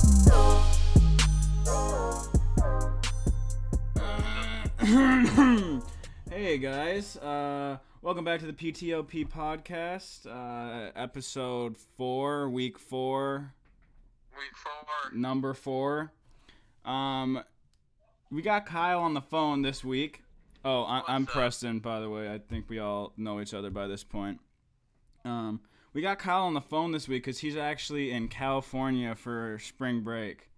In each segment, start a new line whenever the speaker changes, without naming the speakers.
Uh, Welcome back to the PTOP podcast, uh, episode four, week four,
Week four.
number four. Um, we got Kyle on the phone this week. Oh, I- I'm
What's up?
Preston, by the way. I think we all know each other by this point. Um, we got Kyle on the phone this week because he's actually in California for spring break.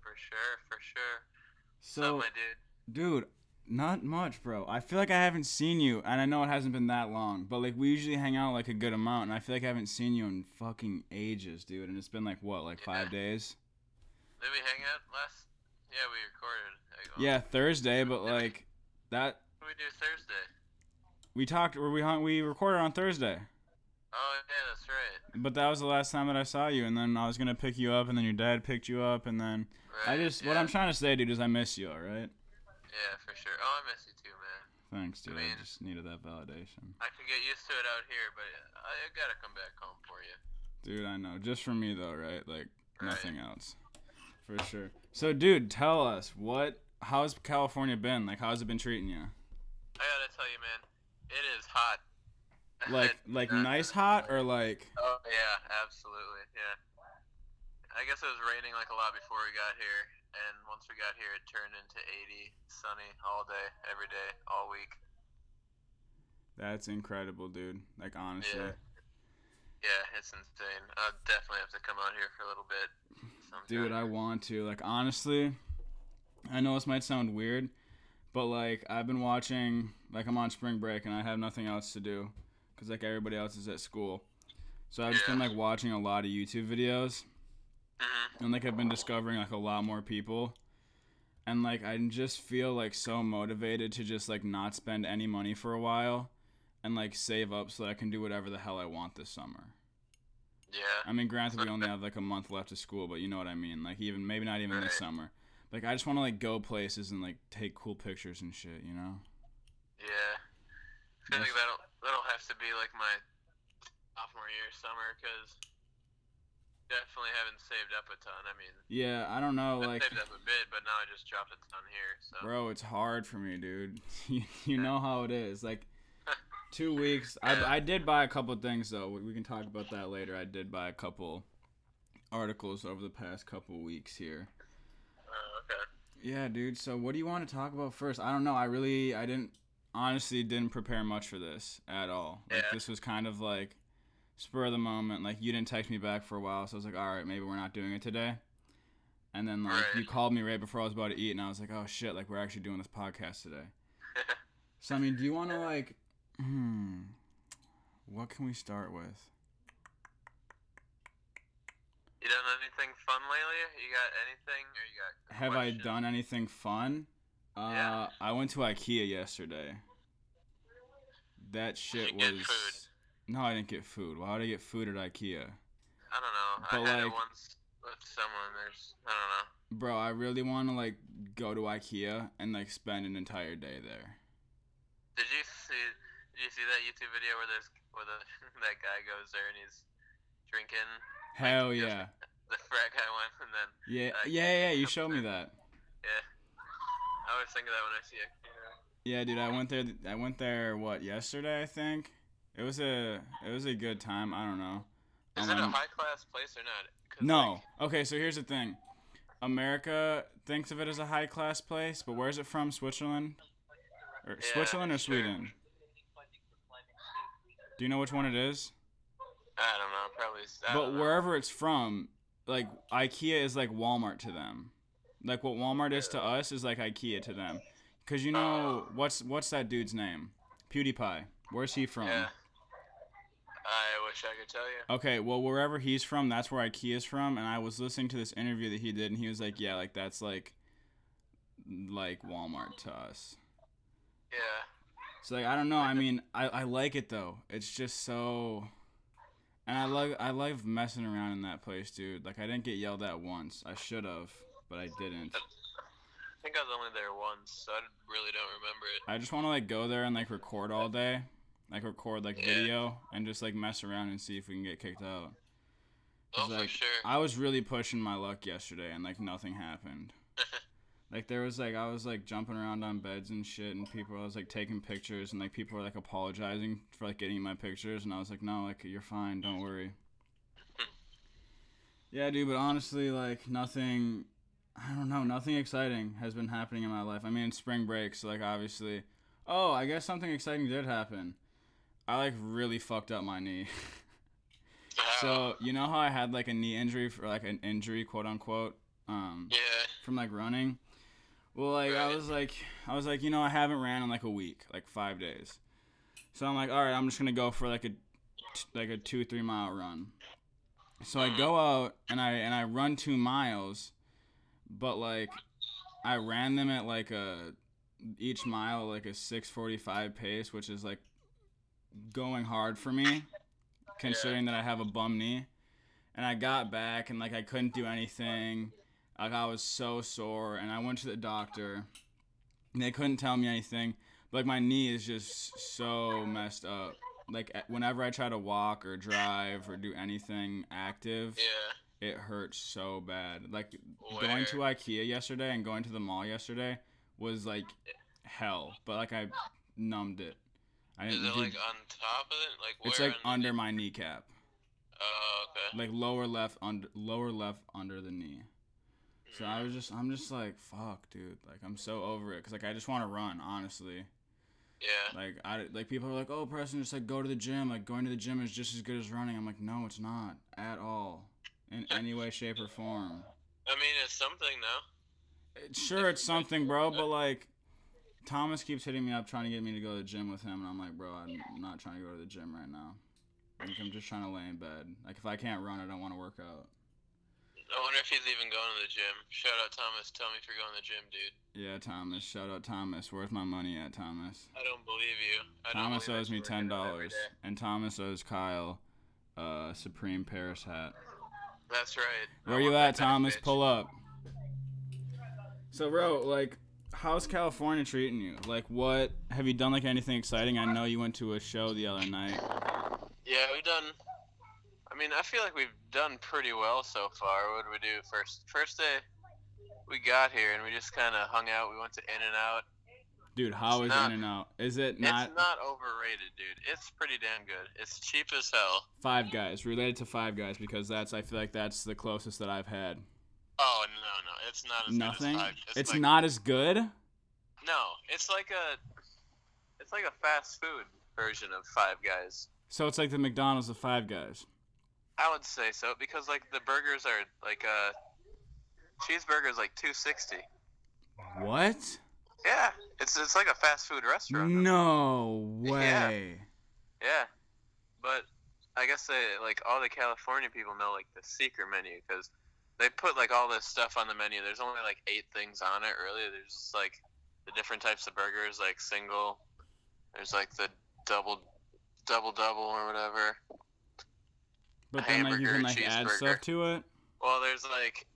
For sure, for sure.
So,
What's up, my dude?
dude, not much, bro. I feel like I haven't seen you, and I know it hasn't been that long, but like we usually hang out like a good amount, and I feel like I haven't seen you in fucking ages, dude. And it's been like what, like five days?
Did we hang out last? Yeah, we recorded. Hang on.
Yeah, Thursday, but like that
What did we do Thursday?
we talked or we hung, we recorded on Thursday,
Oh, yeah, that's right.
but that was the last time that I saw you, and then I was gonna pick you up, and then your dad picked you up, and then I
Right,
just
yeah.
what I'm trying to say, dude, is I miss you. All right,
Yeah, for sure. Oh, I miss you too, man.
thanks, dude. I
Man.
just needed that validation,
I could get used to it out here, but I, I gotta come back home for you.
dude. I know, just for me though, right? Like
Right.
nothing else, for sure. So, dude, tell us what. How's California been? Like, how's it been treating you?
I gotta tell you, man, it is hot.
Like,
It's
like
not-
nice hot or like?
Oh yeah, absolutely. Yeah. I guess it was raining like a lot before we got here, and once we got here, it turned into 80, sunny all day, every day, all week.
That's incredible, dude. Like, honestly.
Yeah. Yeah, it's insane. I'll definitely have to come out here for a little bit. Sometime.
Dude, I want to. Like, honestly, I know this might sound weird, but like, I've been watching, like, I'm on spring break and I have nothing else to do because, like, everybody else is at school. So I've just been,
Yeah.
like, watching a lot of YouTube videos
Mhm.
and, like, I've been discovering, like, a lot more people. And, like, I just feel, like, so motivated to just, like, not spend any money for a while and, like, save up so that I can do whatever the hell I want this summer.
Yeah.
I mean, granted, we only have like a month left of school, but you know what I mean. Like, even maybe not even
Right.
this summer. Like, I just want to like go places and like take cool pictures and shit. You know?
Yeah. I feel
Yes.
like that'll that'll have to be like my sophomore year summer because definitely haven't saved up a ton. I mean,
Yeah, I don't know.
I
Like,
saved up a bit, but now I just dropped a ton here. So
bro, it's hard for me, dude. you, you know how it is. Like, two weeks. I I did buy a couple things though. We, we can talk about that later. I did buy a couple articles over the past couple weeks here.
uh, okay.
Yeah, dude. So, what do you want to talk about first? I don't know. I really, I didn't, honestly, didn't prepare much for this at all. Like,
Yeah.
this was kind of like spur of the moment. Like, you didn't text me back for a while, so I was like, all right, maybe we're not doing it today. And then, like,
Right.
you called me right before I was about to eat, and I was like, oh shit, like, we're actually doing this podcast today. so, I mean, do you want to, like, hmm, what can we start with?
You done anything fun lately? You got anything, or you got? a
Have I
question?
done anything fun? Uh,
Yeah.
I went to IKEA yesterday. That shit
you
was.
get food?
No, I didn't get food. Why would I get food at IKEA?
I don't know. I
But,
had it
like-
once with someone. There's, I don't know.
Bro, I really want to like go to IKEA and like spend an entire day there.
Did you see? Did you see that YouTube video where there's where the that guy goes there and he's drinking
Hell
just-
yeah.
the frat guy one, and then
Yeah,
uh,
yeah, yeah, you showed me that.
yeah. I always think of that when I see it. You know?
Yeah, dude, I went there I went there what, yesterday, I think. It was a it was a good time, I don't know.
Is
Um,
it a
I'm-
high class place or not? 'Cause,
No.
like,
Okay, so here's the thing. America thinks of it as a high class place, but where's it from? Switzerland? Or
Yeah,
Switzerland or
sure.
Sweden? Do you know which one it is?
I don't know. Probably. s- I
But
don't know.
wherever it's from, like IKEA is like Walmart to them. Like what Walmart is to us is like IKEA to them. Cause you know
Uh.
what's what's that dude's name? PewDiePie. Where's he from?
Yeah. I wish I could tell you.
Okay, well, wherever he's from, that's where IKEA's from. And I was listening to this interview that he did, and he was like, "Yeah, like that's like, like Walmart to us."
Yeah.
So like, I don't know. I mean, I, I like it though. It's just so, and I love I love messing around in that place, dude. Like I didn't get yelled at once. I should have, but I didn't.
I think I was only there once, so I really don't remember it.
I just want to like go there and like record all day, like record like
Yeah.
video and just like mess around and see if we can get kicked out.
Oh,
It's like,
for sure.
I was really pushing my luck yesterday, and like nothing happened. Like there was like I was like jumping around on beds and shit, and people I was like taking pictures, and like people were like apologizing for like getting my pictures, and I was like, no, like you're fine, don't worry. yeah, dude, but honestly, like nothing, I don't know, nothing exciting has been happening in my life. I mean, it's spring break, so like obviously, oh, I guess something exciting did happen. I like really fucked up my knee. so you know how I had like a knee injury for like an injury, quote unquote, um,
Yeah.
from like running. Well, like I
Right.
was like I was like you know I haven't ran in like a week, like five days. So I'm like, all right, I'm just gonna go for like a t- like a two three mile run. So
Mm.
I go out and I and I run two miles, but like I ran them at like a each mile like a six forty five pace, which is like going hard for me, considering that I have a bum knee. And I got back and like I couldn't do anything. Like I was so sore, and I went to the doctor. And they couldn't tell me anything. But like my knee is just so messed up. Like a- whenever I try to walk or drive or do anything active,
Yeah.
it hurts so bad. Like going
Where?
to IKEA yesterday and going to the mall yesterday was like hell. But like I numbed it. I
Is
didn't.
it
do-
like on top of it? Like where?
it's like
on the-
under my kneecap,
Oh, okay.
like lower left under lower left under the knee.
Hmm.
So I was
Mm.
just, I'm just like, fuck, dude. Like I'm so over it, cause like I just want to run, honestly.
Yeah.
Like I, like people are like, oh, Preston, just like go to the gym. Like going to the gym is just as good as running. I'm like, no, it's not at all, in any way, shape, or form.
I mean, it's something though.
It- Sure, it's something, bro, but like, Thomas keeps hitting me up trying to get me to go to the gym with him, and I'm like, bro, I'm not trying to go to the gym right now. Like I'm just trying to lay in bed. Like if I can't run, I don't want to work out.
I wonder if he's even going to the gym. Shout out Thomas. Tell me if you're going to the gym, dude.
Yeah, Thomas. Shout out Thomas. Where's my money at, Thomas?
I don't believe you. I don't
Thomas
believe
owes
it's
me
working
ten
out every
dollars,
day.
and Thomas owes Kyle a Supreme Paris hat.
That's right. I
Where you
want
at,
that back,
Thomas?
bitch.
Pull up. So, bro, like, how's California treating you? Like, what have you done? Like anything exciting? I know you went to a show the other night.
Yeah, we've done. I mean, I feel like we've done pretty well so far. What did we do first? First day, we got here and we just kind of hung out. We went to In and Out.
Dude, how
It's
is
not-
In and Out? Is it
It's
not
not overrated, dude. It's pretty damn good. It's cheap as hell.
Five Guys? Related to Five Guys because that's I feel like that's the closest that I've had.
Oh no, no, it's not as
Nothing.
good as five.
It's,
like,
not as good.
No, it's like a, it's like a fast food version of Five Guys.
So it's like the McDonald's of Five Guys.
I would say so because like the burgers are like uh, cheeseburgers like two sixty.
What?
Yeah, it's it's like a fast food restaurant.
No
Yeah.
way.
Yeah, but I guess they like all the California people know like the secret menu because they put like all this stuff on the menu. There's only like eight things on it really. There's just like the different types of burgers, like single. There's like the double, double double or whatever.
But then like you
Hamburger,
can like add stuff
cheeseburger.
to it.
Well, there's like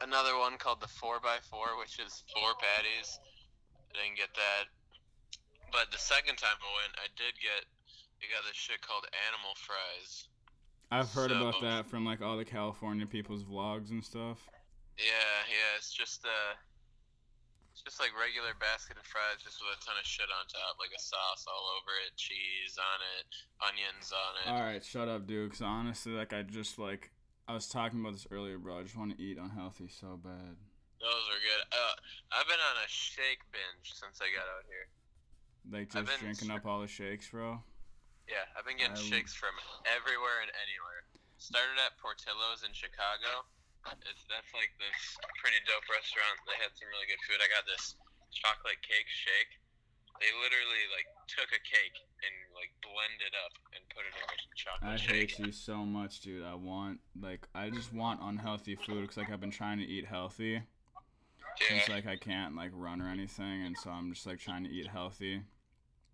another one called the four x four, which is four patties. I didn't get that, but the second time I went, I did get. I got this shit called animal fries.
I've heard
So-
about that from like all the California people's vlogs and stuff.
Yeah, yeah, it's just uh it's just like regular basket of fries just with a ton of shit on top, like a sauce all over it, cheese on it, onions on it.
All right, shut up, dude. Because honestly, like I just like I was talking about this earlier, bro. I just want to eat unhealthy so bad.
Those are good. Uh, I've been on a shake binge since I got out here.
Like
I've
just
been-
drinking up all the shakes, bro.
Yeah, I've been getting
I'm-
shakes from everywhere and anywhere. Started at Portillo's in Chicago. It's, that's like this pretty dope restaurant. They had some really good food. I got this chocolate cake shake. They literally like took a cake and like blended up and put it in a chocolate
I
shake.
hate you so much, dude. I want like I just want unhealthy food because like I've been trying to eat healthy since
Yeah,
like I can't like run or anything, and so I'm just like trying to eat healthy,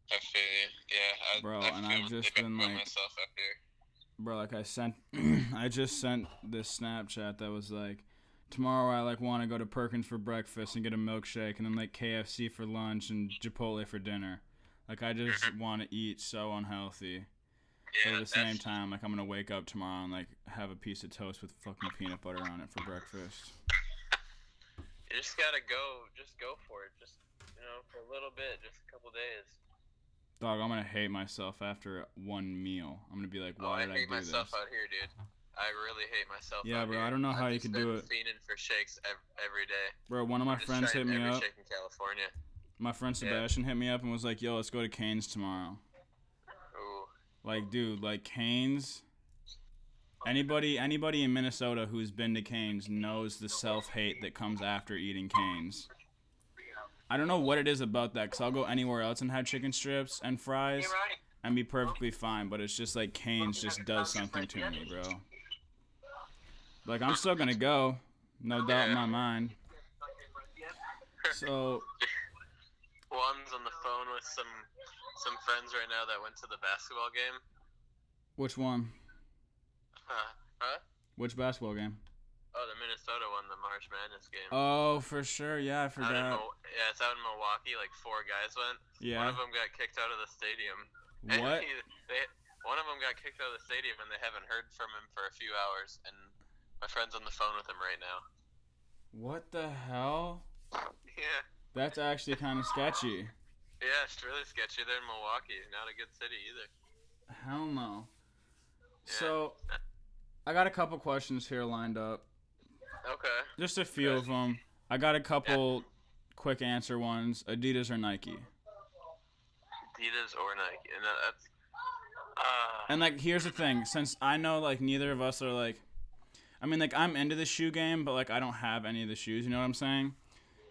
I feel you. Yeah, I,
Bro,
I
and
feel
I've
really
just
bad
been,
about
like-
myself out here.
bro. Like I sent, I just sent this Snapchat that was like, tomorrow I like want to go to Perkins for breakfast and get a milkshake, and then like KFC for lunch and Chipotle for dinner. Like I just want to eat so unhealthy. But
Mm-hmm. Yeah,
at the
that's-
same time, like I'm gonna wake up tomorrow and like have a piece of toast with fucking peanut butter on it for breakfast.
You just gotta go. Just go for it. Just you know, for a little bit, just a couple days.
Dog, I'm gonna hate myself after one meal. I'm gonna be like,
oh,
why
I
did I,
hate
do
myself
this?
out here, dude. I really hate myself.
Yeah,
out
bro,
Here.
I don't know
I've
how you could
just
do
been Fiending for shakes ev- every day.
Bro, one of my
Just
friends hit
tried
me
every
up.
shake in California.
My friend
Yeah.
Sebastian hit me up and was like, yo, let's go to Canes tomorrow.
Ooh.
Like, dude, like Canes. Anybody, anybody in Minnesota who's been to Canes knows the self-hate that comes after eating Canes. I don't know what it is about that, cause I'll go anywhere else and have chicken strips and fries and be perfectly fine, but it's just like Canes just does something to me, bro. Like I'm still gonna go, no doubt in my mind. So
Juan's on the phone with some some friends right now that went to the basketball game.
which one?
Huh? Huh?
Which basketball game?
Oh, the Minnesota won the March Madness game.
Oh, for sure. Yeah, I
Out in
forgot.
Mil- yeah, it's out in Milwaukee. Like four guys went. One
Yeah.
of them got kicked out of the stadium. And
What?
he- they, one of them got kicked out of the stadium, and they haven't heard from him for a few hours. And my friend's on the phone with him right now.
What the hell?
Yeah,
That's actually kind of sketchy.
yeah, it's really sketchy. They're in Milwaukee, not a good city either.
Hell no. So, I got a couple questions here lined up.
Okay.
Just a few of them. I got a couple quick answer ones. Adidas or Nike?
Adidas or Nike, and that- that's. Uh,
And like, here's the thing. Since I know like neither of us are like, I mean like I'm into the shoe game, but like I don't have any of the shoes. You know what I'm saying?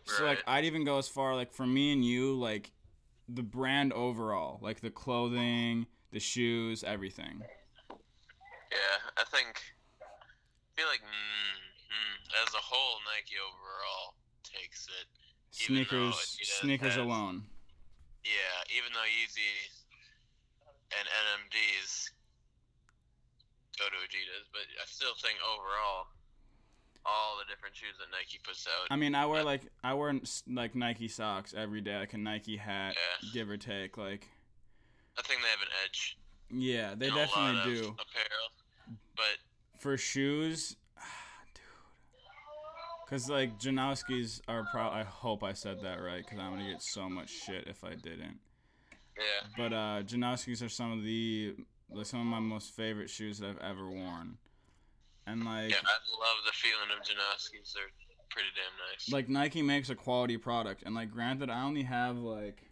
So like I'd even go as far like for me and you like the brand overall, like the clothing, the shoes, everything.
yeah, I think. I feel like mm, mm, as a whole, Nike overall takes it. Even though
Sneakers,
Adidas
sneakers
has-
alone.
Yeah, even though Yeezy and NMDs go to Adidas, but I still think overall, all the different shoes that Nike puts out.
I mean, I wear like I wear s- like Nike socks every day, like a Nike hat,
Yeah.
give or take. Like,
I think they have an edge.
yeah, they
in a lot
definitely
of
do.
Apparel, but
For shoes, dude, because like Janowski's are pro. I hope I said that right, because I'm gonna get so much shit if I didn't.
yeah,
But uh, Janowski's are some of the like some of my most favorite shoes that I've ever worn, and like
yeah, I love the feeling of Janoskis. They're pretty damn nice.
like Nike makes a quality product, and like granted, I only have like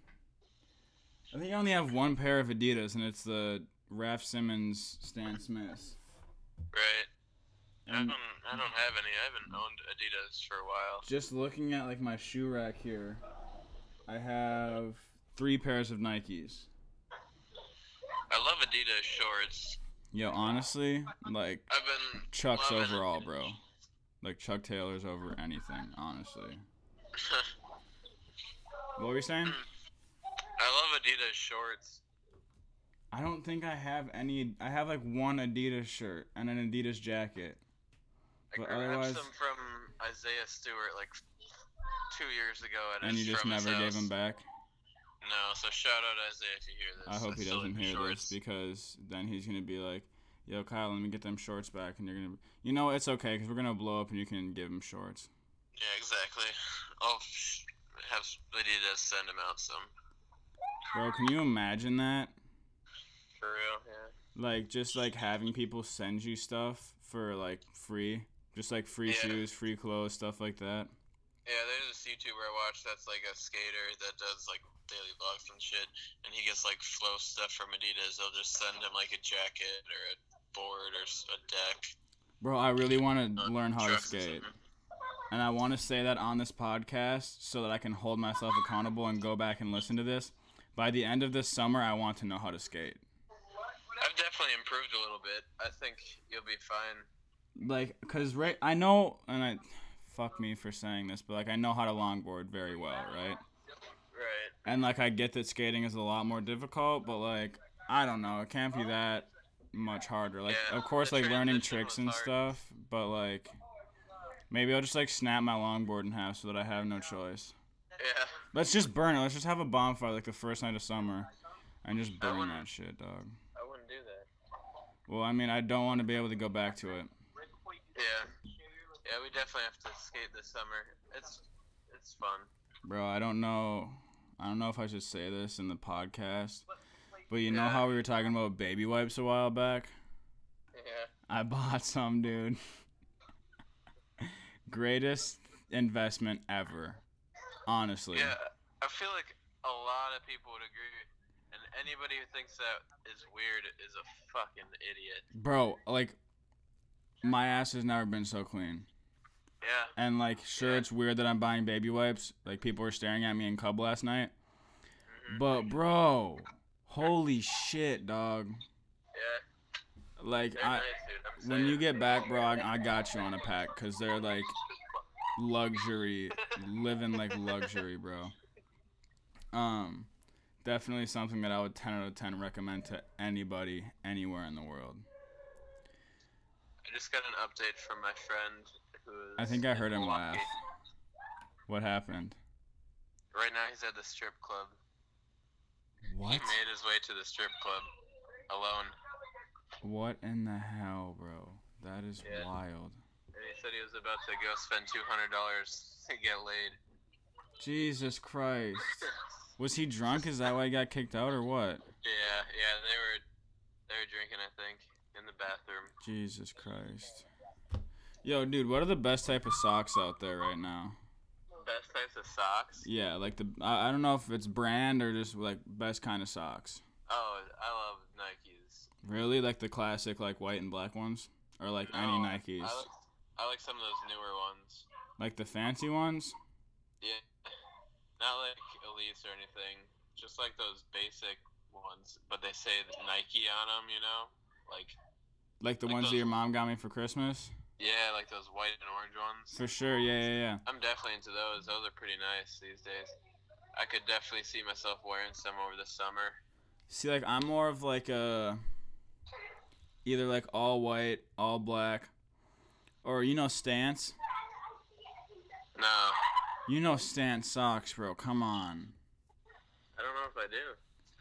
I think I only have one pair of Adidas, and it's the Raf Simmons Stan Smiths.
right? I
And
don't, I don't have any. I haven't owned Adidas for a while.
just looking at like my shoe rack here, I have three pairs of Nikes.
I love Adidas shorts.
Yo, honestly, like
I've been
Chuck's
loving
overall,
Adidas.
bro. Like Chuck Taylor's over anything, honestly. What were you saying?
I love Adidas shorts.
I don't think I have any. I have like one Adidas shirt and an Adidas jacket.
I
But
grabbed
otherwise-
some from Isaiah Stewart like two years ago at
And
his
you just
from his
never gave
house.
him back.
No, so shout out Isaiah if you hear this.
I hope he
still
doesn't
like
hear
shorts.
this because then he's gonna be like, "Yo, Kyle, let me get them shorts back," and you're gonna, you know, it's okay because we're gonna blow up and you can give him shorts.
Yeah, exactly. I'll sh- have Adidas send him out some.
Bro, can you imagine that?
For real, yeah.
Like just like having people send you stuff for like free, just like free
Yeah.
shoes, free clothes, stuff like that.
Yeah, there's this YouTuber I watch that's like a skater that does like daily vlogs and shit, and he gets like flow stuff from Adidas. They'll just send him like a jacket or a board or s- a deck.
Bro, I really want
uh,
to learn how to
trucks or
skate,
something.
and I want to say that on this podcast so that I can hold myself accountable and go back and listen to this. By the end of this summer, I want to know how to skate.
I've definitely improved a little bit. I think you'll be fine.
like because right i know and i fuck me for saying this but like i know how to longboard very well right
Right.
and like i get that skating is a lot more difficult but like i don't know it can't be that much harder like
Yeah,
of course
the
like learning
transition
tricks
was
and
hard.
stuff but like maybe i'll just like snap my longboard in half so that i have no choice
Yeah.
let's just burn it let's just have a bonfire like the first night of summer and just burn
wouldn't-
that shit dog
I wouldn't do that.
well i mean i don't want to be able to go back to it
Yeah. Yeah, we definitely have to skate this summer. It's It's fun.
Bro, I don't know. I don't know if I should say this in the podcast, but you know how we were talking about baby wipes a while back?
Yeah.
I bought some, dude. Greatest investment ever. Honestly.
Yeah. I feel like a lot of people would agree. And anybody who thinks that is weird is a fucking idiot.
Bro, like my ass has never been so clean.
Yeah.
And like sure it's weird that I'm buying baby wipes. Like people were staring at me in Cub last night. But bro, holy shit, dog.
Yeah.
Like
They're
I
nice, dude. I'm
when you
saying.
get back, bro, I, I got you on a pack because they're like luxury, living like luxury, bro. Um, definitely something that I would 10 out of 10 recommend to anybody anywhere in the world.
I just got an update from my friend who is
I think I heard
in
him laugh.
Milwaukee.
What happened?
Right now he's at the strip club. He
What?
made his way to the strip club alone.
What in the hell, bro? That is
Yeah.
wild.
And he said he was about to go spend two hundred dollars to get laid.
Jesus Christ. Was he drunk? Is that why he got kicked out or what?
yeah, yeah, they were they were drinking I think in the bathroom.
Jesus Christ. Yo, dude, what are the best type of socks out there right now?
Best types of socks.
Yeah, like the I, I don't know if it's brand or just like best kind of socks.
Oh, I love Nikes.
Really, like the classic like white and black ones, or like any
No,
Nikes,
Oh, I like, I like some of those newer ones.
like the fancy ones.
Yeah, not like Elise or anything. Just like those basic ones, but they say Nike on them. You know, like
Like the
Like
ones that
those-
your mom got me for Christmas,
yeah, like those white and orange ones.
for sure. Yeah, yeah, yeah.
I'm definitely into those. Those are pretty nice these days. I could definitely see myself wearing some over the summer.
See, like I'm more of like a either like all white, all black, or you know stance.
No,
You know stance socks, bro. Come on,
I don't know if I do.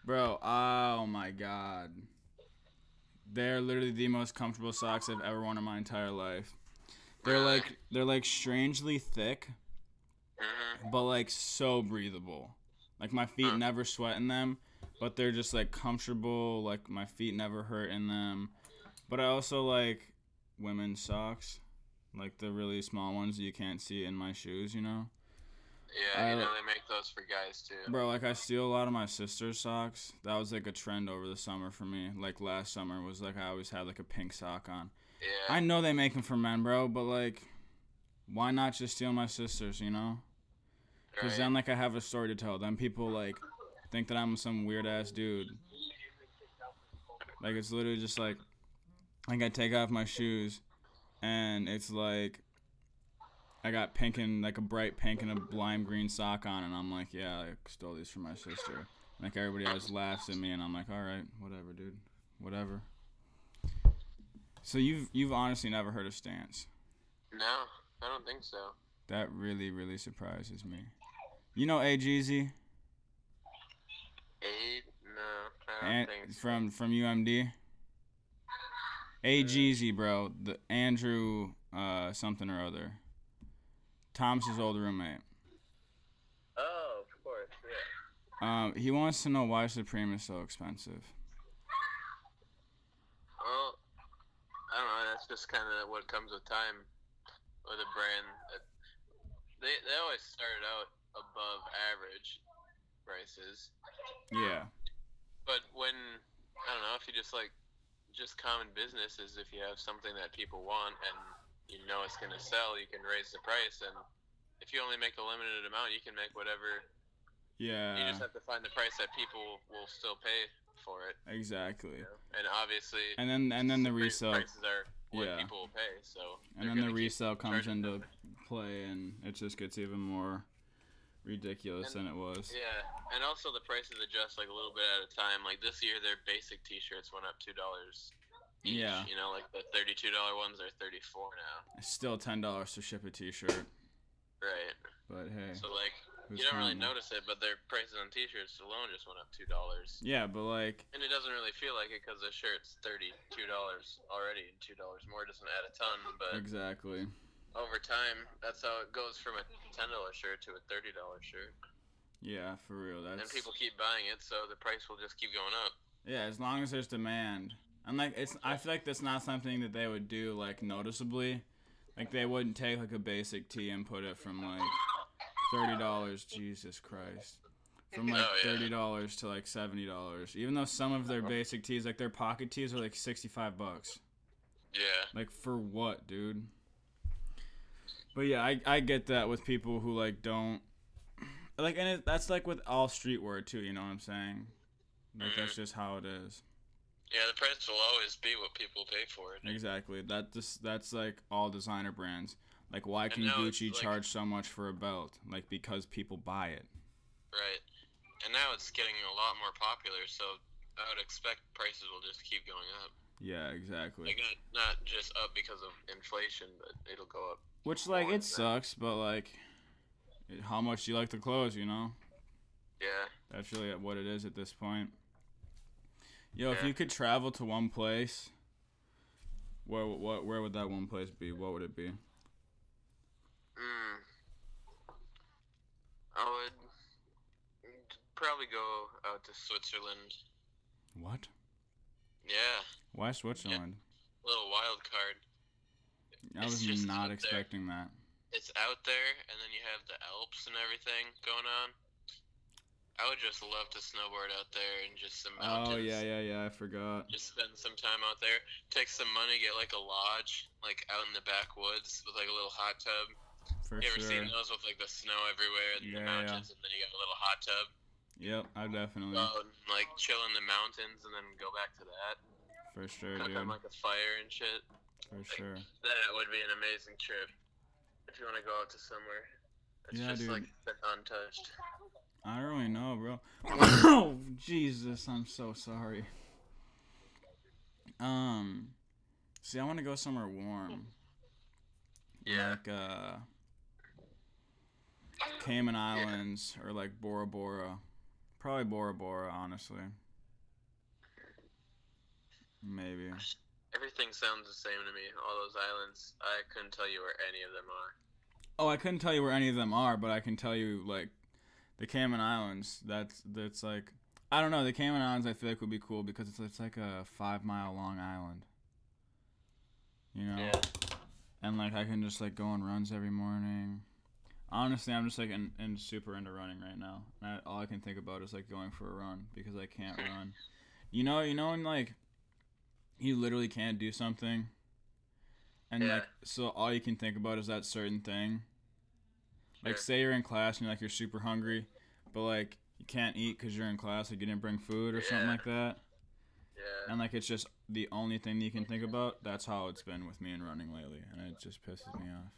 bro. Oh my god, they're literally the most comfortable socks I've ever worn in my entire life. They're like they're like strangely thick,
hmm
but like so breathable. Like my feet
Huh.
never sweat in them, but they're just like comfortable. Like my feet never hurt in them. But I also like women's socks, like the really small ones that you can't see in my shoes. You know,
Yeah,
I-
you know they make those for guys too.
Uh, bro. Like I steal a lot of my sister's socks. That was like a trend over the summer for me. Like last summer was like I always had like a pink sock on. I
Yeah,
know they make them for men, bro, but like, why not just steal my sister's? You know. Because
right.
then, like, I have a story to tell. Then people, like, think that I'm some weird ass dude. Like, it's literally just like, like, I take off my shoes, and it's like, I got pink and, like, a bright pink and a lime green sock on, and I'm like, yeah, I stole these from my sister. Like, everybody always laughs at me, and I'm like, all right, whatever, dude. Whatever. So you've you've honestly never heard of stance.
no, I don't think so.
That really really surprises me. You know A Jeezy?
Eight? No, I don't
An-
think so.
from from UMD. A Jeezy, bro. The Andrew uh something or other. Thomas's old roommate.
Oh, of course, yeah.
Um, he wants to know why Supreme is so expensive.
Well, I don't know. That's just kind of what comes with time with a brand. That- They they always started out above average prices,
Yeah.
but when I don't know if you just like just common business is if you have something that people want and you know it's gonna sell, you can raise the price, and if you only make a limited amount, you can make whatever. you
Yeah.
just have to find the price that people will still pay for it,
Exactly.
you know? and obviously.
And then and then the
Pri-
resale
prices are what
yeah.
people will pay. So
and
they're
then the
gonna keep
resale comes
charging
into
them.
play and it just gets even more ridiculous
And-
than it was.
Yeah, and also the prices adjust like a little bit at a time. Like this year, their basic T-shirts went up two dollars.
Yeah.
You know, like the thirty-two dollar ones are thirty-four now.
It's still ten dollars to ship a t shirt.
Right.
But hey.
So like
who's
you don't really
counting?
notice it, but their prices on T-shirts alone just went up two dollars.
Yeah, but like
And it doesn't really feel like it because the shirt's thirty-two dollars already, and two dollars more doesn't add a ton. But
exactly.
over time. That's how it goes from a ten dollar shirt to a thirty dollar shirt,
Yeah, for real. That's
and people keep buying it, so the price will just keep going up.
Yeah, as long as there's demand. And like it's I feel like that's not something that they would do like noticeably. Like they wouldn't take like a basic tee and put it from like thirty dollars, Jesus Christ. From like
Oh, yeah.
thirty dollars to like seventy dollars. Even though some of their basic tees, like their pocket tees are like sixty five bucks.
Yeah,
Like for what, dude? But yeah, I I get that with people who like don't like and it, that's like with all streetwear too, you know what I'm saying? Like that's just how it is.
yeah. The price will always be what people pay for it.
Exactly. That just that's like all designer brands. Like why can
now it's
Gucci
like-
charge so much for a belt? Like because people buy it.
Right. And now it's getting a lot more popular, so I would expect prices will just keep going up.
Yeah, exactly.
Like not, not just up because of inflation, but it'll go up.
Which like
Or
it
that.
sucks, but like it, how much do you like the clothes, you know?
Yeah.
That's really what it is at this point. Yo, if
Yeah.
you could travel to one place, where what where would that one place be? What would it be?
Mm. I would probably go out to Switzerland.
What?
Yeah,
Why Switzerland?
little wild card.
I
It's
was
just
not
up there.
expecting that.
It's out there, and then you have the Alps and everything going on. I would just love to snowboard out there and just some
Oh
mountains.
yeah, yeah, yeah, I forgot.
Just spend some time out there. Take some money, get like a lodge, like out in the backwoods with like a little hot tub.
For
you ever
sure.
seen those with like the snow everywhere and
Yeah,
the
yeah.
mountains, and then you got a little hot tub?
Yep, I definitely.
Go out and like chill in the mountains and then go back to that.
For sure,
Cook
dude.
on like a fire and shit.
For sure.
That would be an amazing trip if you want to go out to somewhere. It's
Yeah,
just
dude.
like been untouched.
I don't really know, bro. oh, Jesus, I'm so sorry. Um, see, I want to go somewhere warm.
Yeah.
Like, uh, Cayman Islands or like Bora Bora. Probably Bora Bora, honestly. Maybe.
Everything sounds the same to me. All those islands, I couldn't tell you where any of them are.
Oh, I couldn't tell you where any of them are, but I can tell you like the Cayman Islands. That's that's like I don't know. The Cayman Islands I feel like would be cool because it's it's like a five mile long island. You know,
Yeah.
and like I can just like go on runs every morning. Honestly, I'm just like in, in super into running right now. And I, all I can think about is like going for a run because I can't run. You know, you know, and like you literally can't do something, and
Yeah.
like so all you can think about is that certain thing. Like,
Sure.
say you're in class and like you're super hungry, but like you can't eat because you're in class, like you didn't bring food or something
Yeah.
like that,
Yeah.
and like it's just the only thing that you can think about. That's how it's been with me and running lately, and it just pisses me off.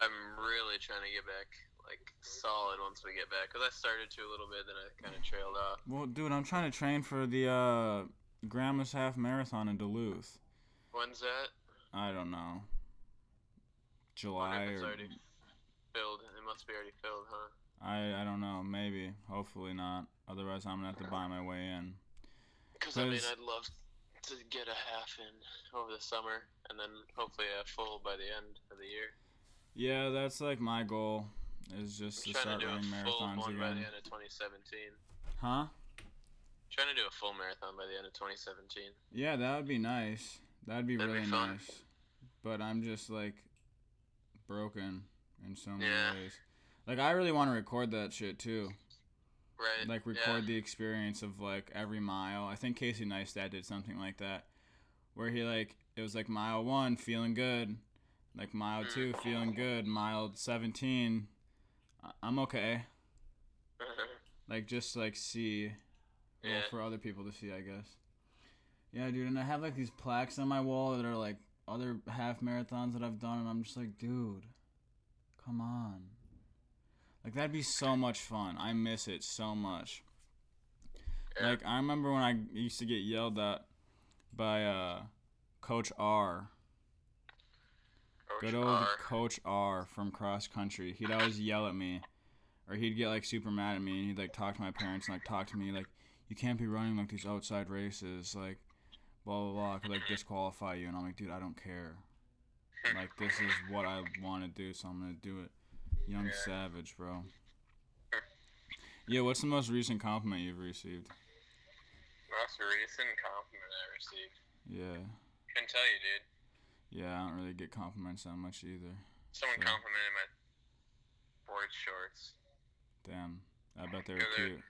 I'm really trying to get back like solid once we get back because I started to a little bit, then I kind of trailed off.
Well, dude, I'm trying to train for the uh, Grandma's half marathon in Duluth.
When's that?
I don't know,
Wonder
July
if it's
or
already filled. It must be already filled, huh?
I I don't know, maybe, hopefully not. Otherwise, I'm gonna have to buy my way in.
Because I mean,
Cause-
I'd love to get a half in over the summer, and then hopefully a full by the end of the year.
Yeah, that's like my goal is just
I'm
to
trying
start
to do a
running
full
marathons
one by the
again.
end of 2017.
Huh?
Trying to do a full marathon by the end of 2017.
Yeah, that would be nice. That'd be
That'd be
really
fun.
nice. But I'm just like broken in so many
Yeah.
ways. Like I really want to record that shit too.
Right.
Like record the experience of like every mile. I think Casey Neistat did something like that, where he like it was like mile one feeling good, like mile
Mm.
two feeling good, mile seventeen, I- I'm okay.
Yeah.
Like just like see well,
yeah.
for other people to see, I guess. Yeah, dude, and I have like these plaques on my wall that are like other half marathons that I've done, and I'm just like, dude, come on. Like that'd be so much fun. I miss it so much.
Yeah.
Like I remember when I used to get yelled at by uh, Coach R,
Coach
good old
R.
Coach R from cross country. He'd always yell at me, or he'd get like super mad at me, and he'd like talk to my parents and like talk to me like, "You can't be running like these outside races, like, blah blah blah, I could like disqualify you." And I'm like, "Dude, I don't care." Like this is what I want to do, so I'm gonna do it. Young
Yeah.
Savage, bro. Yeah, what's the most recent compliment you've received?
Most recent compliment I received.
Yeah,
Couldn't tell you, dude.
yeah, I don't really get compliments that much either.
Someone
Yeah.
complimented my board shorts.
Damn, I bet they were
Yeah, they're-
cute.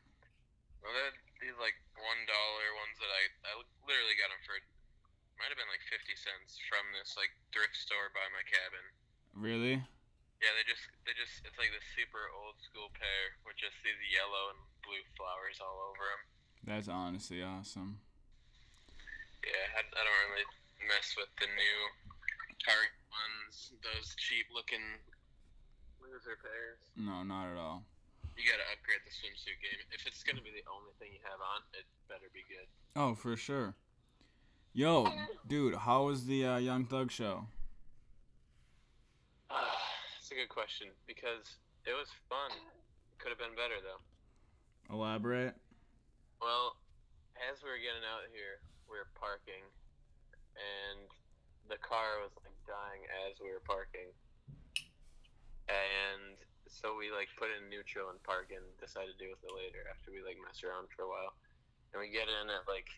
Well, they're these like one dollar ones that I I literally got them for might have been like fifty cents from this like thrift store by my cabin.
Really?
Yeah, they just they just it's like the super old school pair with just these yellow and blue flowers all over them.
That's honestly awesome.
Yeah, I, I don't really mess with the new Target ones, those cheap looking loser pairs.
No, not at all.
You gotta upgrade the swimsuit game. If it's gonna be the only thing you have on, it better be good.
Oh, for sure. Yo, dude, how was the uh, Young Thug show?
Ah, That's a good question because it was fun. Could have been better though.
Elaborate.
Well, as we were getting out here, we were parking, and the car was like dying as we were parking. And so we like put it in neutral and park and decided to deal with it later after we like mess around for a while. And we get in at like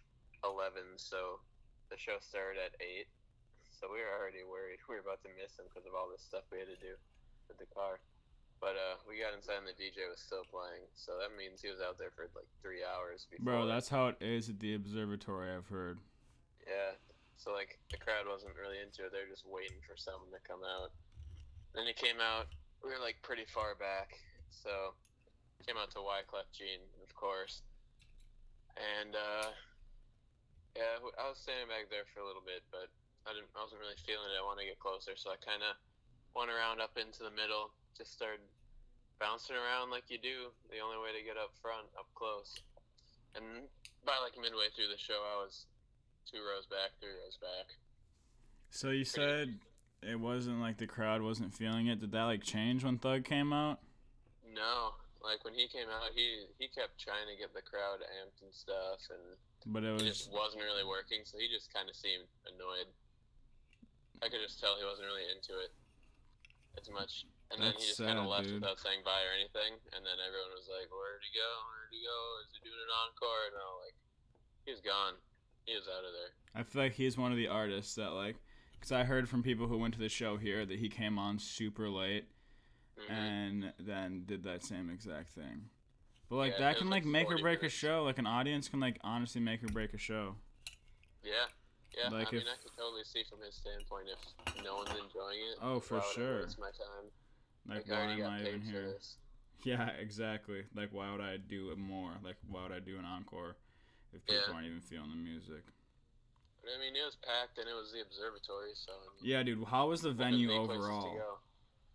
11, so the show started at 8. So we were already worried. We were about to miss him because of all this stuff we had to do with the car. But uh, we got inside and the DJ was still playing, so that means he was out there for like three hours. Before
Bro, that's how it is at the observatory, I've heard.
yeah. So like the crowd wasn't really into it. They're just waiting for someone to come out. Then he came out. We were like pretty far back, so came out to Wyclef Jean, of course. And uh, yeah, wh- I was standing back there for a little bit, but I didn't. I wasn't really feeling it. I wanted to get closer, so I kind of went around up into the middle. Just started bouncing around like you do. The only way to get up front, up close. And by like midway through the show, I was two rows back, three rows back.
So you said it wasn't like the crowd wasn't feeling it. Did that like change when Thug came out?
No, like when he came out, he he kept trying to get the crowd amped and stuff, and
But it was
it just wasn't really working. So he just kind of seemed annoyed. I could just tell he wasn't really into it as much. And then
That's
he just kind of
sad,
left
dude.
without saying bye or anything. And then everyone was like, "Where'd he go? Where'd he go? Is he doing an encore?" And all like, he was gone. He was out of there.
I feel like he's one of the artists that like cuz I heard from people who went to the show here that he came on super late
Mhm.
and then did that same exact thing. But like
Yeah, it
that
was,
can
like,
like make or
40
break a
minutes.
show. Like an audience can like honestly make or break a show.
Yeah, yeah.
Like
I mean,
if-
I could totally see from his standpoint if no one's enjoying it.
Oh, for
why would I
sure.
waste my time.
Like
I
why
already
am
got
I
paid
even
for
here?
this.
Yeah, exactly. Like why would I do it more? Like why would I do an encore if people
Yeah.
aren't even feeling the music?
But, I mean, it was packed and it was the observatory, so. I mean,
Yeah, dude. How was the
there's many
venue
places to
overall?
go.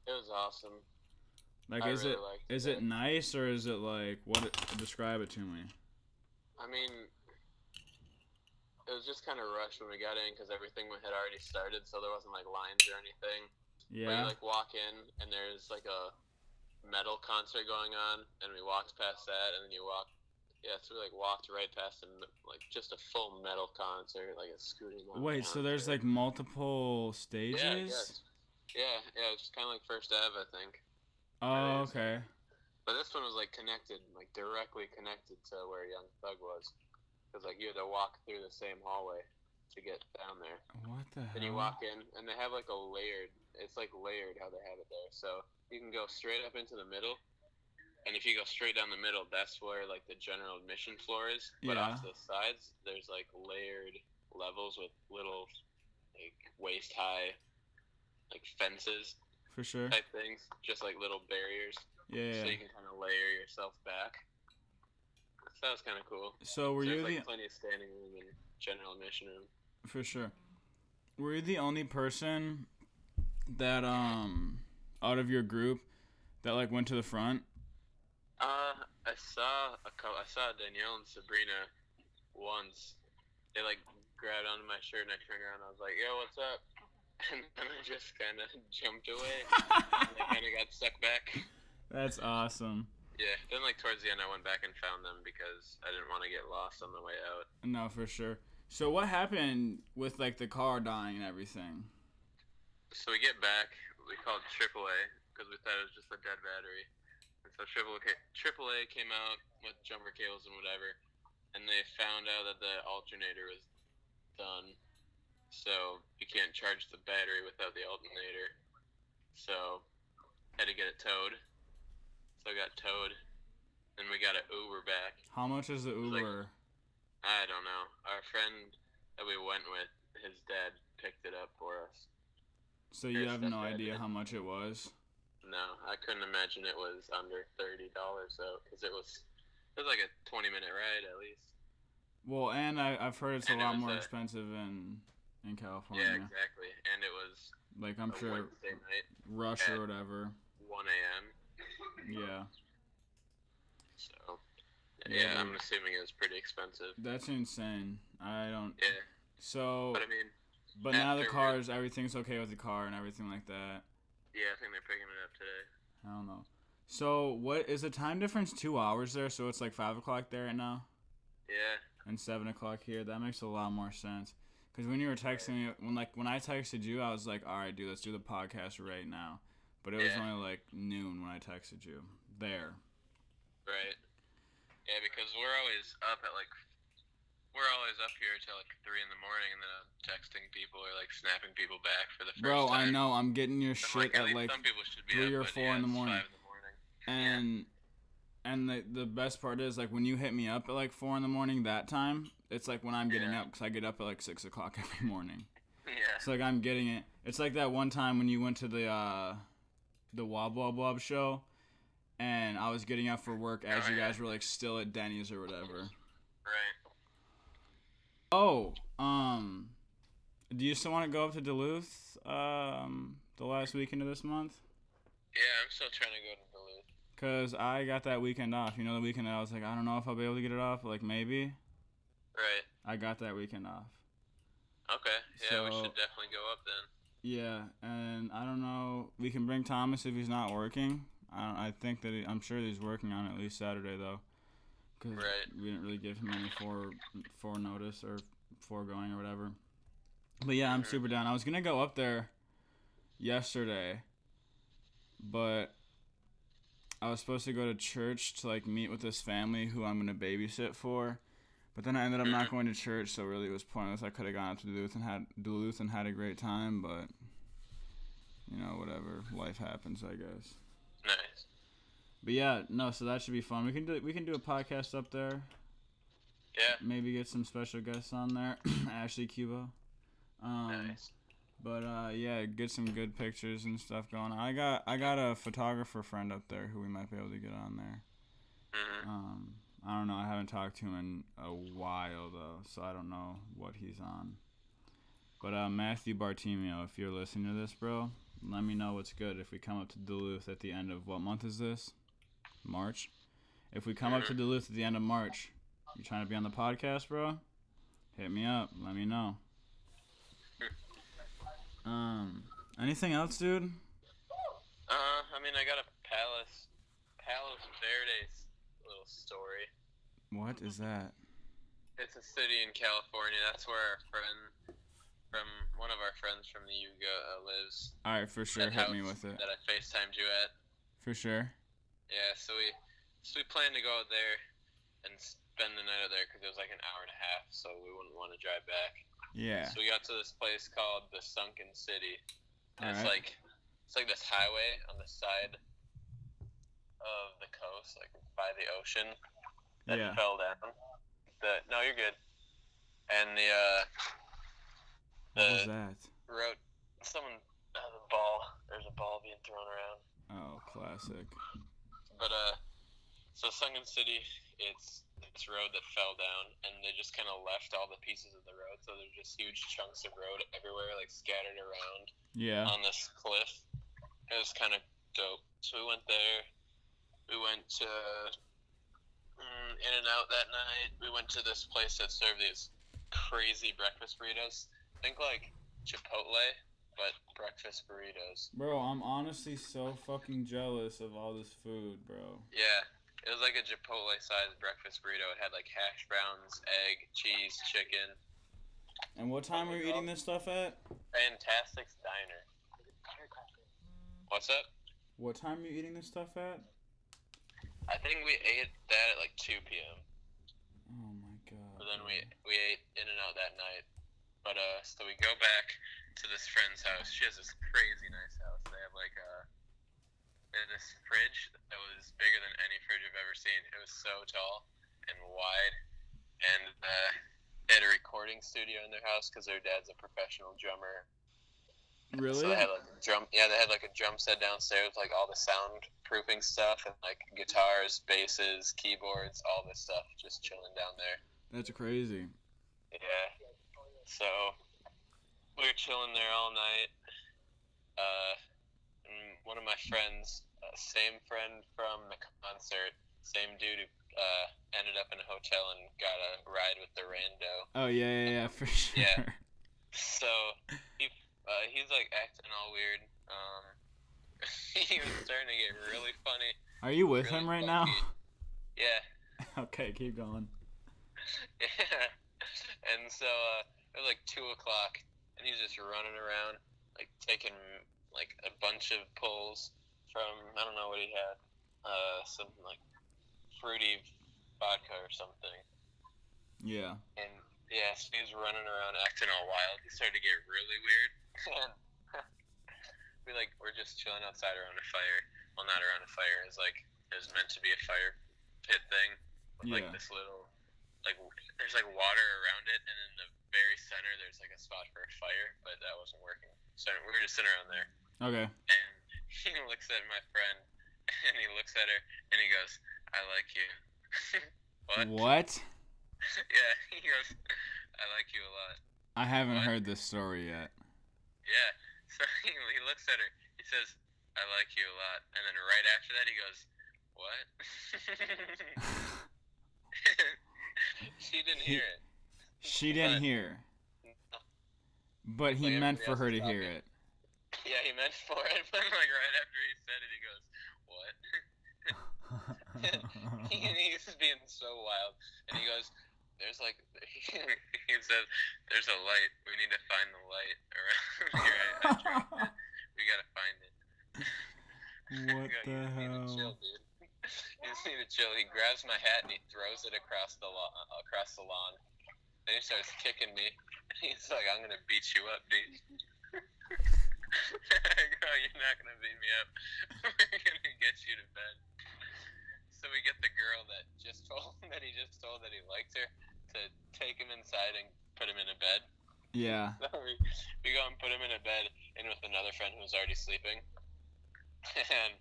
It was awesome.
Like,
I
is
really
it
liked
is it nice or is it like what? It, describe it to me.
I mean, it was just kind of rushed when we got in because everything had already started, so there wasn't like lines or anything. But you
Yeah.
like walk in and there's like a metal concert going on, and we walked past that, and then you walk. Yeah, so we like walked right past and like just a full metal concert, like a scooting. metal
Wait, so there's
concert.
like multiple
yeah, I
stages.
guess. yeah, yeah, it's kind of like First Ave, I think.
Oh,
There is.
okay.
But this one was like connected, like directly connected to where Young Thug was, because like you had to walk through the same hallway to get down there.
What the
Then you
hell?
walk in, and they have like a layered. It's like layered how they have it there. So you can go straight up into the middle, and if you go straight down the middle, that's where like the general admission floor is. But off to the sides, there's like layered levels with little like waist high like fences
For sure.
type things, just like little barriers,
Yeah. yeah.
so you can kind of layer yourself back. So that was kind of cool.
So were
So
you
there's
the
like plenty of standing room and general admission room.
for sure? Were you the only person that um out of your group that like went to the front?
Uh, I saw a couple, I saw Danielle and Sabrina once. They like grabbed onto my shirt and I turned around. and I was like, "Yo, what's up?" And then I just kind of jumped away. and I kind of got stuck back.
That's awesome.
Yeah. Then like towards the end, I went back and found them because I didn't want to get lost on the way out.
No, for sure. So what happened with like the car dying and everything?
so we get back. We called AAA because we thought it was just a dead battery. And so AAA, ca- AAA came out with jumper cables and whatever, and they found out that the alternator was done. So you can't charge the battery without the alternator. So had to get it towed. So I got towed, and we got an Uber back.
How much is the
like-
Uber?
I don't know. Our friend that we went with, his dad picked it up for us.
So you
it's
have
that
no
bad,
idea
man.
how much it was.
No, I couldn't imagine it was under thirty dollars though, because it was it was like a twenty minute ride at least.
Well, and I, I've heard it's a
And it
lot
was
more
a-
expensive in in California.
Yeah, exactly. And it was
Like Oh, I'm
a
sure
Wednesday night,
Rush
at-
or whatever.
one a.m.
Yeah,
So
Yeah,
yeah, I'm
dude.
assuming it was pretty expensive.
that's insane. I don't.
Yeah,
So,
but I mean,
but now the
after-
cars, everything's okay with the car and everything like that.
yeah, I think they're picking it up today.
I don't know. So what is the time difference? Two hours there, so it's like five o'clock there right now.
Yeah,
and seven o'clock here. That makes a lot more sense. Because when you were texting me, when like when I texted you, I was like, "All right, dude, let's do the podcast right now." But it was
Yeah.
only like noon when I texted you. There,
right. Yeah, because we're always up at like we're always up here till like three in the morning, and then I'm texting people or like snapping people back for the first
bro.
time.
I know I'm getting your
I'm
shit
like, at
at
least
like
some people should be
three
up,
or
but
four
yeah,
in the
it's
morning.
Five in the morning.
and and the the best part is like when you hit me up at like four in the morning that time, it's like when I'm getting
Yeah.
up 'cause up because I get up at like six o'clock every morning.
Yeah.
It's like I'm getting it. It's like that one time when you went to the uh the Wob Wob Wob show and I was getting up for work as
Oh,
you
yeah.
guys were like still at Denny's or whatever.
Right.
Oh, um do you still want to go up to Duluth um the last weekend of this month?
Yeah, I'm still trying to go to Duluth.
Cuz I got that weekend off. You know the weekend that I was like I don't know if I'll be able to get it off, like maybe.
Right.
I got that weekend off.
Okay. Yeah, we
So-
should definitely go up then.
Yeah, and I don't know. We can bring Thomas if he's not working. I, don't, I think that he, I'm sure he's working on at least Saturday though, because
Right.
we didn't really give him any for for notice or foregoing or whatever. But yeah, I'm
Mhm.
super down. I was gonna go up there yesterday, but I was supposed to go to church to like meet with this family who I'm gonna babysit for. But then I ended up not
Mhm.
going to church, so really it was pointless. I could have gone out to Duluth and had Duluth and had a great time, but you know, whatever. Life happens, I guess.
Nice.
But yeah, no, so that should be fun. We can do we can do a podcast up there.
Yeah.
Maybe get some special guests on there. Ashley Cuba. Um
nice.
but uh yeah, get some good pictures and stuff going. on. I got I got a photographer friend up there who we might be able to get on there.
hmm
Um I don't know, I haven't talked to him in a while though, so I don't know what he's on. But uh Matthew Bartimeo, if you're listening to this, bro, let me know what's good if we come up to Duluth at the end of what month is this? March. If we come up to Duluth at the end of March, you trying to be on the podcast, bro? Hit me up. Let me know. Um, anything else, dude?
Uh, I mean, I got a Palace, Palos Verdes little story.
What is that?
It's a city in California. That's where our friend from one of our friends from the Yuga uh, lives.
All right, for sure.
That
Hit me
house
with it.
That I FaceTimed you at.
For sure.
Yeah, so we so we planned to go out there and spend the night out there because it was like an hour and a half, so we wouldn't want to drive back.
Yeah.
So we got to this place called the Sunken City, and it's
Alright.
like it's like this highway on the side of the coast, like by the ocean, that
Yeah.
fell down. The no, you're good. And the uh,
What was
the-
that?
road, someone uh, the ball. There's a ball being thrown around.
Oh, classic.
But uh, so Sunken City, it's this road that fell down, and they just kind of left all the pieces of the road. So there's just huge chunks of road everywhere, like scattered around
Yeah.
on this cliff. It was kind of dope. So we went there. We went to mm, In and Out that night. We went to this place that served these crazy breakfast burritos. Think like Chipotle, but breakfast burritos.
Bro, I'm honestly so fucking jealous of all this food, bro.
Yeah, it was like a Chipotle sized breakfast burrito. It had like hash browns, egg, cheese, chicken.
And what time were you eating this stuff at?
Fantastic's Diner. What's up?
What time are you eating this stuff at?
I think we ate that at like 2 p.m.
Oh my god.
But then
bro.
we we ate in and out that night. But uh, so we go back to this friend's house. She has this crazy nice house. They have like uh, they had this fridge that was bigger than any fridge I've ever seen. It was so tall and wide, and uh, they had a recording studio in their house because their dad's a professional drummer. So
Really?
they had like a drum. Yeah, they had like a drum set downstairs with like all the soundproofing stuff and like guitars, basses, keyboards, all this stuff just chilling down there.
That's crazy.
Yeah. So we were chilling there all night. Uh, and one of my friends, uh, same friend from the concert, same dude who uh, ended up in a hotel and got a ride with the rando.
Oh yeah, yeah, yeah, for sure.
Yeah. So he uh, he's like acting all weird. Um, he was starting to get really funny.
Are you with
Really
him right now?
funky. Yeah.
okay, keep going.
Yeah. And so uh, it was like two o'clock, and he's just running around, like taking like a bunch of pulls from I don't know what he had, uh, some like fruity vodka or something.
Yeah.
And yeah, so he was running around acting all wild. He started to get really weird. And we like we're just chilling outside around a fire. Well, not around a fire. It's like it was meant to be a fire pit thing with like
Yeah.
this little like w- there's like water around it, and in the very center there's like a spot for a fire, but that wasn't working. So we were just sitting around there,
Okay.
and he looks at my friend, and he looks at her, and he goes, "I like you." what?
What?
Yeah, he goes, I like you a lot.
I haven't
What?
heard this story yet.
Yeah. So he, he looks at her. He says, I like you a lot. And then right after that, he goes, What? she didn't
He-
hear it.
She didn't
But-
hear, but he
Like,
meant
everybody
for her to
else is
hear
talking.
it.
Yeah, he meant for it. But like right after he said it, he goes, What? he,
Uh-huh.
he's being so wild. And he goes, There's like, he says, There's a light. We need to find the light around here. I, I tried it. We gotta find it.
what
Go,
the
you just need to
hell?
chill, dude. You just need to chill. He grabs my hat and he throws it across the lawn. Across the lawn. Then he starts kicking me. He's like, "I'm gonna beat you up, dude." I go, "You're not gonna beat me up. We're gonna get you to bed." So we get the girl that just told that he just told that he liked her to take him inside and put him in a bed.
Yeah.
So we, we go and put him in a bed in with another friend who was already sleeping. And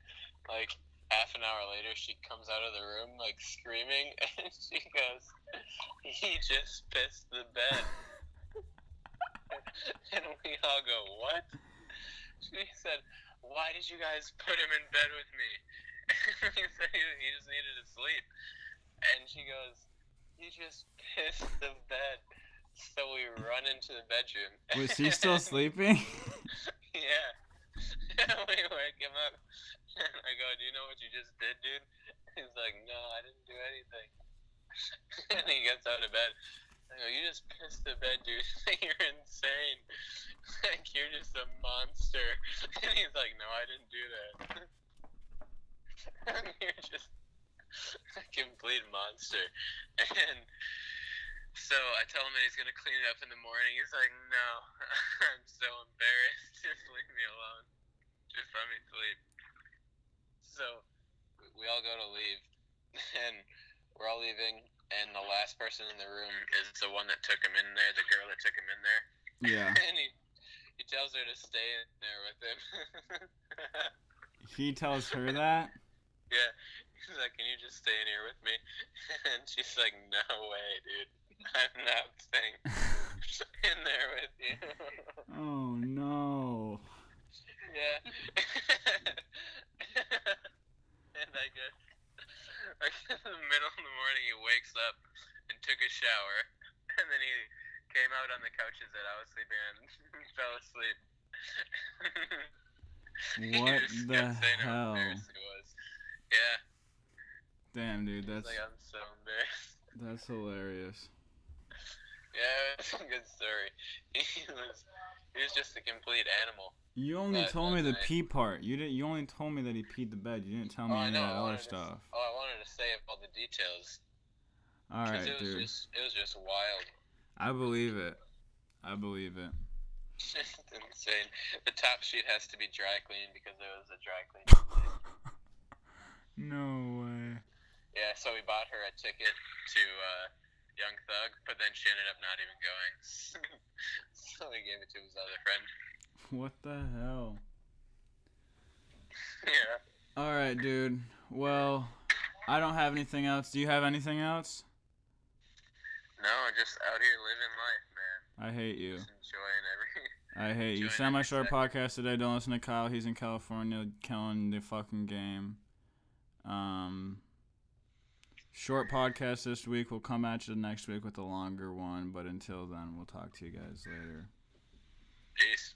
like half an hour later, she comes out of the room like screaming, and she goes, "He just pissed the bed." and we all go, "What?" She said, "Why did you guys put him in bed with me?" he said he, he just needed to sleep, and she goes, "He just pissed the bed." So we run into the bedroom.
Was he still sleeping?
Yeah. we wake him up. And I go, Do you know what you just did, dude? He's like, No, I didn't do anything. and he gets out of bed. I go, You just pissed the bed, dude. you're insane. like, you're just a monster. and he's like, No, I didn't do that. you're just a complete monster. And. So I tell him that he's gonna clean it up in the morning. He's like, "No, I'm so embarrassed. Just leave me alone. Just let me sleep." So we- we all go to leave, and we're all leaving. And the last person in the room is the one that took him in there, the girl that took him in there.
yeah.
And he he tells her to stay in there with him.
He tells her that.
yeah, he's like, "Can you just stay in here with me?" And she's like, "No way, dude. I'm not staying in there with you.
Oh no.
yeah. and I guess, like, in the middle of the morning, he wakes up and took a shower, and then he came out on the couches that I was sleeping on and fell asleep. He
What
just
the
kept saying how
hell?
embarrassed he was. Yeah,
Damn, dude,
he's
that's
uh, like, I'm so embarrassed.
that's hilarious.
Yeah, it's a good story. He was he was just a complete animal.
You only
That-
told me the
that night.
pee part. You didn't. You only told me that he peed the bed. You didn't tell me
oh, I
any of that
know. I
other
wanted to,
stuff.
Oh, I wanted to save all the details.
All
'cause
right,
it was
dude.
just it was just wild.
I believe it. I believe it.
It's insane. The top sheet has to be dry cleaned because it was a dry clean.
No way.
Yeah, so we bought her a ticket to uh, Young Thug, but then she ended up not even going. so we gave it to his other friend.
What the hell?
Yeah.
All right, dude. Well, I don't have anything else. Do you have anything else?
No, just out here living life, man.
I hate you.
Just enjoying every.
I hate you.
Enjoying
Semi
every
short
second.
podcast today. Don't listen to Kyle. He's in California killing the fucking game. Um, short podcast this week. We'll come at you next week with a longer one. But until then, we'll talk to you guys later.
Peace.